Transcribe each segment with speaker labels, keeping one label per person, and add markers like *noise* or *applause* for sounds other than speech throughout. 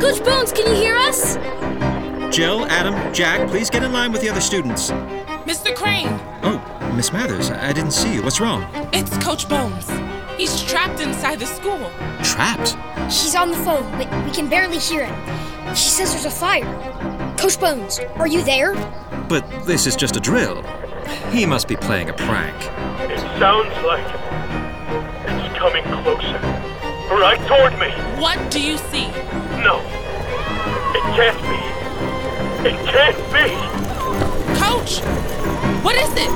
Speaker 1: Coach Bones, can you hear us?
Speaker 2: Jill, Adam, Jack, please get in line with the other students.
Speaker 3: Mr. Crane,
Speaker 2: Oh, Miss Mathers, I I didn't see you. What's wrong?
Speaker 3: it's Coach Bones. He's trapped inside the school.
Speaker 2: Trapped?
Speaker 4: She's on the phone, but we can barely hear him. She says there's a fire. Coach Bones, are you there?
Speaker 2: But this is just a drill. He must be playing a prank.
Speaker 5: It sounds like it's coming closer. Right toward me.
Speaker 3: What do you see?
Speaker 5: No. It can't be. It can't be.
Speaker 3: Coach, what is it?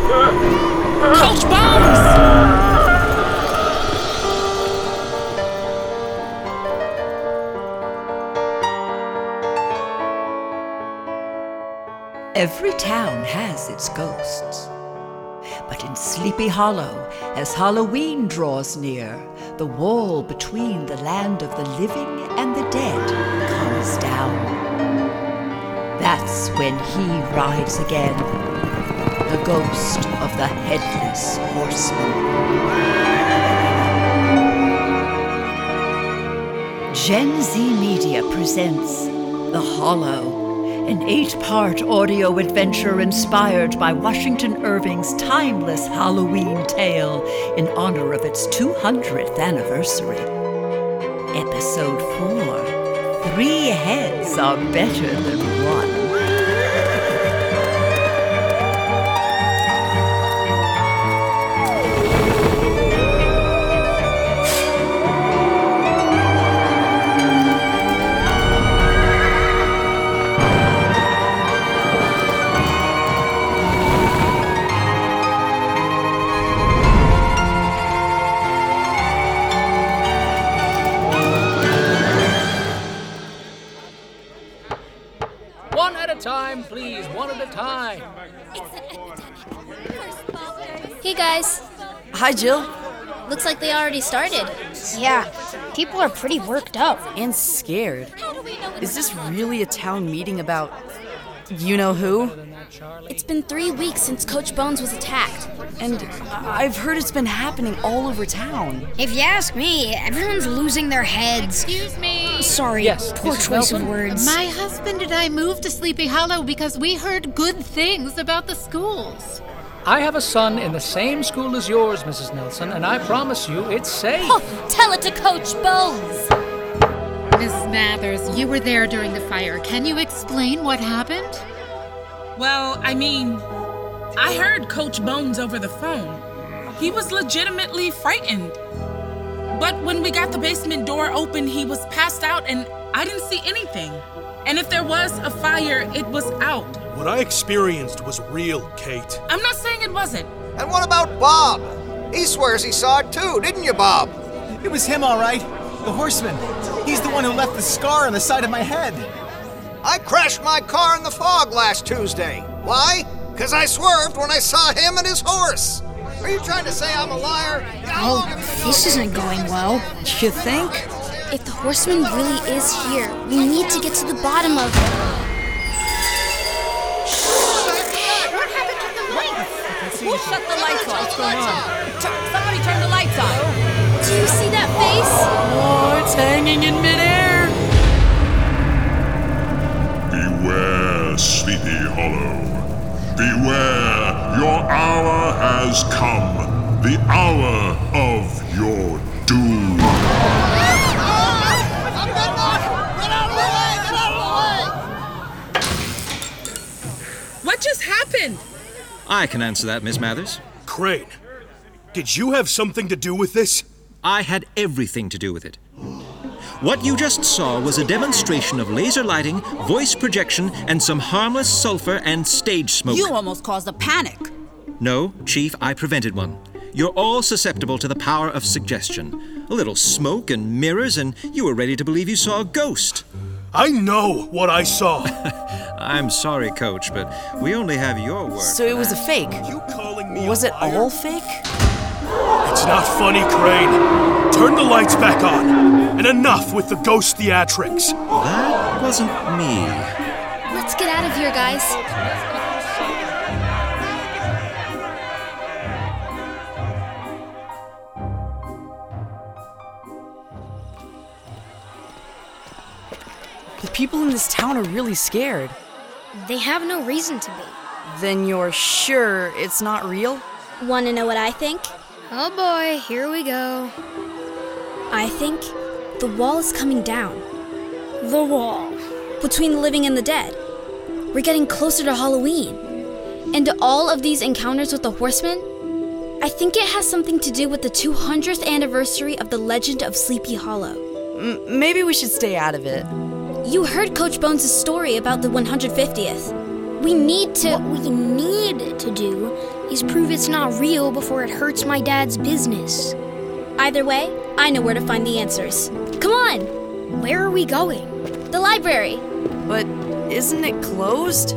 Speaker 3: Coach Bones!
Speaker 6: Every town has its ghosts. But in Sleepy Hollow, as Halloween draws near, the wall between the land of the living and the dead comes down. That's when he rides again, the ghost of the headless horseman. Gen Z Media presents The Hollow, an eight part audio adventure inspired by Washington Irving's timeless Halloween tale in honor of its 200th anniversary. Episode 4 Three Heads Are Better Than One.
Speaker 7: One at a time, please. One at a time.
Speaker 1: Hey guys,
Speaker 8: Hi, Jill.
Speaker 1: looks like they already started.
Speaker 4: Yeah, people are pretty worked up.
Speaker 8: And scared. Is this really a town meeting about you know who?
Speaker 1: It's been three weeks since Coach Bones was attacked.
Speaker 8: And I- I've heard it's been happening all over town.
Speaker 4: If you ask me, everyone's losing their heads.
Speaker 9: Excuse me.
Speaker 4: Sorry,
Speaker 7: Yes,
Speaker 4: poor
Speaker 7: Mrs.
Speaker 4: choice of
Speaker 7: Nelson?
Speaker 4: words.
Speaker 9: My husband and I moved to Sleepy Hollow because we heard good things about the schools.
Speaker 7: I have a son in the same school as yours, Mrs. Nelson, and I promise you it's safe.
Speaker 1: tell it to Coach Bones.
Speaker 9: Miss Mathers, you were there during the fire. Can you explain what happened?
Speaker 3: Well, I mean, I heard Coach Bones over the phone. He was legitimately frightened. But when we got the basement door open, he was passed out and I didn't see anything. And if there was a fire, it was out.
Speaker 10: What I experienced was real, Kate.
Speaker 3: I'm not saying it wasn't.
Speaker 11: And what about Bob? He swears he saw it too, didn't you, Bob?
Speaker 12: It was him, all right. The horseman. He's the one who left the scar on the side of my head.
Speaker 11: I crashed my car in the fog last Tuesday. Why? Because I swerved when I saw him and his horse. Are you trying to say I'm a liar? How
Speaker 4: Oh,
Speaker 11: long have you been
Speaker 4: this isn't going well.
Speaker 8: You think?
Speaker 1: If the horseman really is here, we need to get to the bottom of it.
Speaker 8: Who shut the lights off? What's going on? Somebody turn the lights on.
Speaker 1: Do you see that face?
Speaker 8: Oh, it's hanging in midair.
Speaker 5: Beware, Sleepy Hollow. Beware, your hour has come. The hour of your doom.
Speaker 3: What just happened?
Speaker 2: I can answer that, Miss Mathers.
Speaker 10: Crane, did you have something to do with this?
Speaker 2: I had everything to do with it. What you just saw was a demonstration of laser lighting, voice projection, and some harmless sulfur and stage smoke.
Speaker 8: almost caused a panic.
Speaker 2: No, Chief, I prevented one. You're all susceptible to the power of suggestion. A little smoke and mirrors, and you were ready to believe you saw a ghost.
Speaker 10: I know what I saw.
Speaker 2: I'm sorry, Coach, but we only have your word.
Speaker 8: So it was a fake.
Speaker 10: you calling
Speaker 8: Was it all fake?
Speaker 10: It's not funny, Crane. Turn the lights back on. And enough with the ghost theatrics.
Speaker 2: that wasn't me.
Speaker 1: Let's get out of here, guys.
Speaker 8: The
Speaker 6: people in this town are really scared.
Speaker 4: They have no reason to be.
Speaker 6: Then you're sure it's not real?
Speaker 9: Want to know what I think?
Speaker 4: Oh boy, here we go.
Speaker 9: I think the wall is coming down. The wall. Between the living and the dead. We're getting closer to Halloween. And all of these encounters with the horsemen, I think it has something to do with the 200th anniversary of the legend of Sleepy Hollow.
Speaker 6: M- maybe we should stay out of it.
Speaker 9: You heard Coach Bones' story about the 150th. We need to.
Speaker 4: What we need to do is prove it's not real before it hurts my dad's business.
Speaker 9: Either way, I know where to find the answers. Come on!
Speaker 4: Where are we going?
Speaker 9: The library.
Speaker 6: But isn't it closed?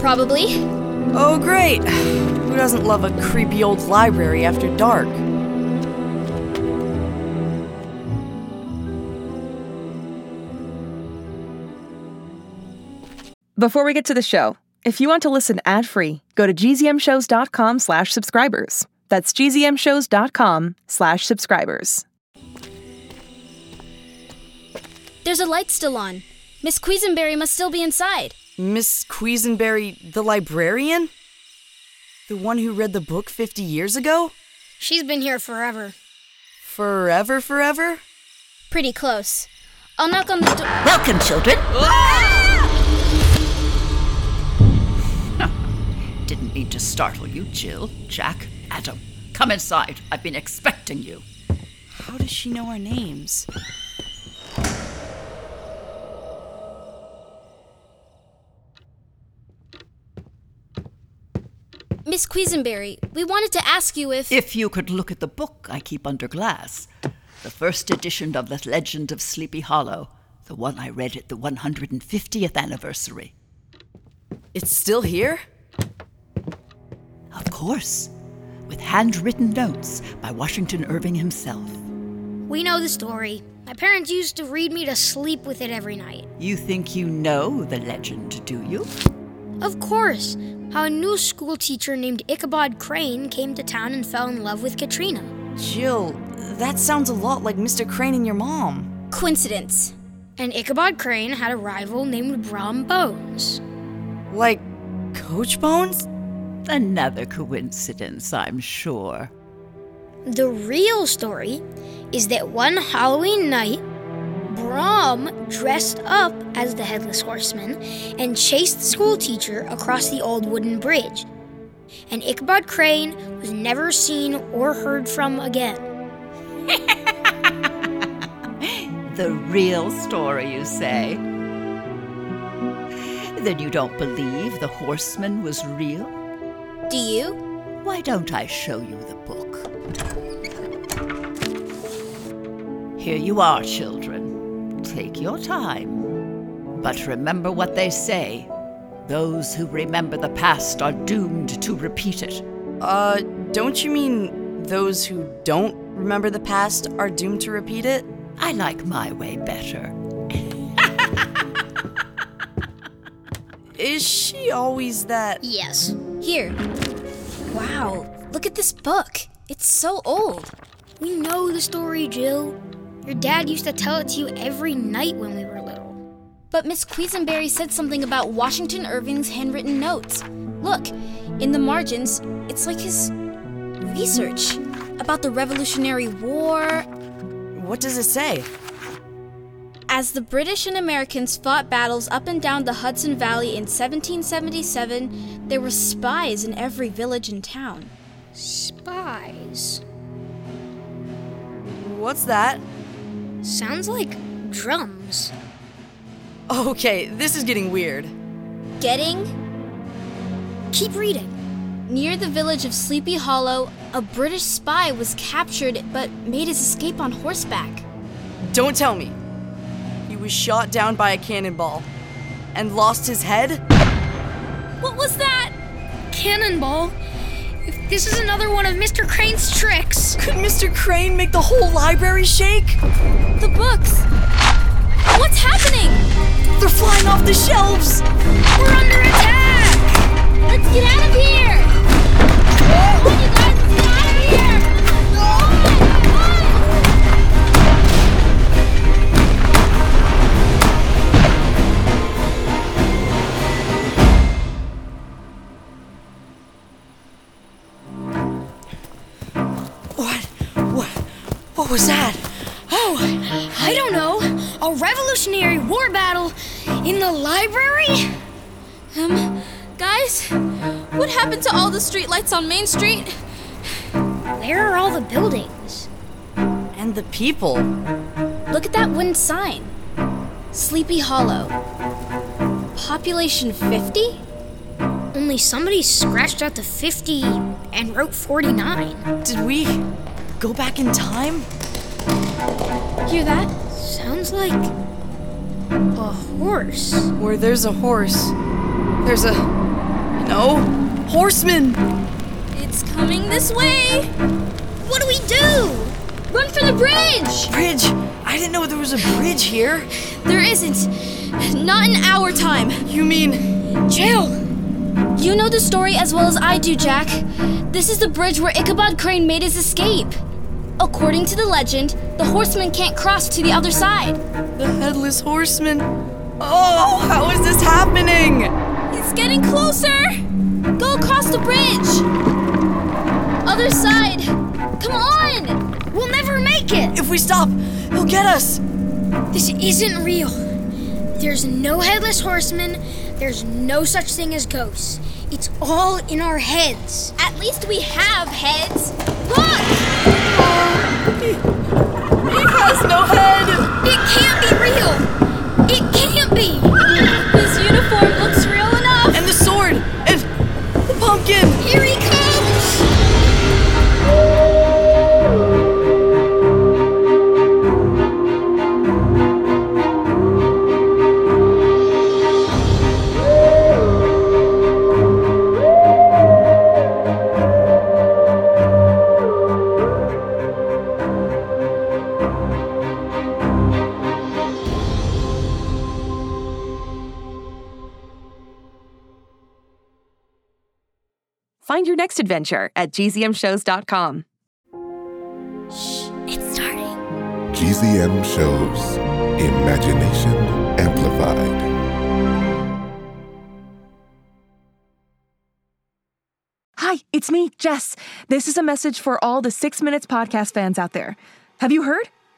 Speaker 9: Probably.
Speaker 6: Oh, great. *sighs* Who doesn't love a creepy old library after dark?
Speaker 10: Before we get to the show, if you want to listen ad-free, go to gzmshows.com slash subscribers. That's gzmshows.com slash subscribers.
Speaker 9: There's a light still on. Miss Quisenberry must still be inside.
Speaker 6: Miss Quisenberry, the librarian? The one who read the book 50 years ago?
Speaker 4: She's been here forever.
Speaker 6: Forever, forever?
Speaker 9: Pretty close. I'll knock on the door.
Speaker 13: Welcome, children. Didn't mean to startle you, Jill, Jack, Adam. Come inside. I've been expecting you.
Speaker 6: How does she know our names?
Speaker 9: Miss Quisenberry, we wanted to ask you if.
Speaker 13: If you could look at the book I keep under glass, the first edition of The Legend of Sleepy Hollow, the one I read at the 150th anniversary.
Speaker 6: It's still here?
Speaker 13: Of course, with handwritten notes by Washington Irving himself.
Speaker 4: We know the story. My parents used to read me to sleep with it every night.
Speaker 13: You think you know the legend, do you?
Speaker 4: Of course, how a new school teacher named Ichabod Crane came to town and fell in love with Katrina.
Speaker 6: Jill, that sounds a lot like Mr. Crane and your mom.
Speaker 9: Coincidence.
Speaker 4: And Ichabod Crane had a rival named Brom Bones.
Speaker 6: Like Coach Bones?
Speaker 13: Another coincidence, I'm sure.
Speaker 4: The real story is that one Halloween night, Brom dressed up as the Headless Horseman and chased the school teacher across the old wooden bridge. And Ichabod Crane was never seen or heard from again.
Speaker 13: *laughs* The real story, you say? Then you don't believe the horseman was real?
Speaker 9: Do you?
Speaker 13: Why don't I show you the book? Here you are, children. Take your time. But remember what they say those who remember the past are doomed to repeat it.
Speaker 6: Uh, don't you mean those who don't remember the past are doomed to repeat it?
Speaker 13: I like my way better.
Speaker 6: Is she always that?
Speaker 4: Yes.
Speaker 9: Here. Wow, look at this book. It's so old.
Speaker 4: We know the story, Jill. Your dad used to tell it to you every night when we were little.
Speaker 9: But Miss Quisenberry said something about Washington Irving's handwritten notes. Look, in the margins, it's like his research about the Revolutionary War
Speaker 6: what does it say?
Speaker 9: As the British and Americans fought battles up and down the Hudson Valley in 1777, there were spies in every village and town.
Speaker 4: Spies?
Speaker 6: What's that?
Speaker 4: Sounds like drums.
Speaker 6: Okay, this is getting weird.
Speaker 9: Getting?
Speaker 4: Keep reading.
Speaker 9: Near the village of Sleepy Hollow, a British spy was captured but made his escape on horseback.
Speaker 6: Don't tell me. He was shot down by a cannonball and lost his head?
Speaker 9: What was that?
Speaker 4: Cannonball? If this is another one of Mr. Crane's tricks.
Speaker 6: Could Mr. Crane make the whole library shake?
Speaker 9: The books. What's happening?
Speaker 6: They're flying off the shelves.
Speaker 4: We're under attack.
Speaker 9: Let's get out of here.
Speaker 4: was that? Oh, I don't know. A Revolutionary War battle in the library?
Speaker 9: Um, guys, what happened to all the streetlights on Main Street?
Speaker 4: Where are all the buildings?
Speaker 6: And the people.
Speaker 9: Look at that wooden sign Sleepy Hollow. Population 50?
Speaker 4: Only somebody scratched out the 50 and wrote 49.
Speaker 6: Did we go back in time?
Speaker 9: Hear that?
Speaker 4: Sounds like a horse.
Speaker 6: Where there's a horse, there's a. No! Horseman!
Speaker 9: It's coming this way!
Speaker 4: What do we do?
Speaker 9: Run for the bridge!
Speaker 6: Bridge? I didn't know there was a bridge here.
Speaker 9: There isn't. Not in our time.
Speaker 6: You mean.
Speaker 9: Jill! You know the story as well as I do, Jack. This is the bridge where Ichabod Crane made his escape. According to the legend, the horseman can't cross to the other side.
Speaker 6: The headless horseman. Oh, how is this happening?
Speaker 9: He's getting closer. Go across the bridge. Other side. Come on.
Speaker 4: We'll never make it.
Speaker 6: If we stop, he'll get us.
Speaker 4: This isn't real. There's no headless horseman. There's no such thing as ghosts. It's all in our heads.
Speaker 9: At least we have heads. Look!
Speaker 6: *laughs*
Speaker 9: Uh,
Speaker 6: he, he has no head!
Speaker 4: It can't be real! It can't be!
Speaker 9: His uniform looks real enough!
Speaker 6: And the sword! And the pumpkin!
Speaker 4: Here he comes!
Speaker 10: Find your next adventure at gzmshows.com.
Speaker 4: Shh, it's starting.
Speaker 14: GZM Shows Imagination Amplified.
Speaker 10: Hi, it's me, Jess. This is a message for all the Six Minutes podcast fans out there. Have you heard?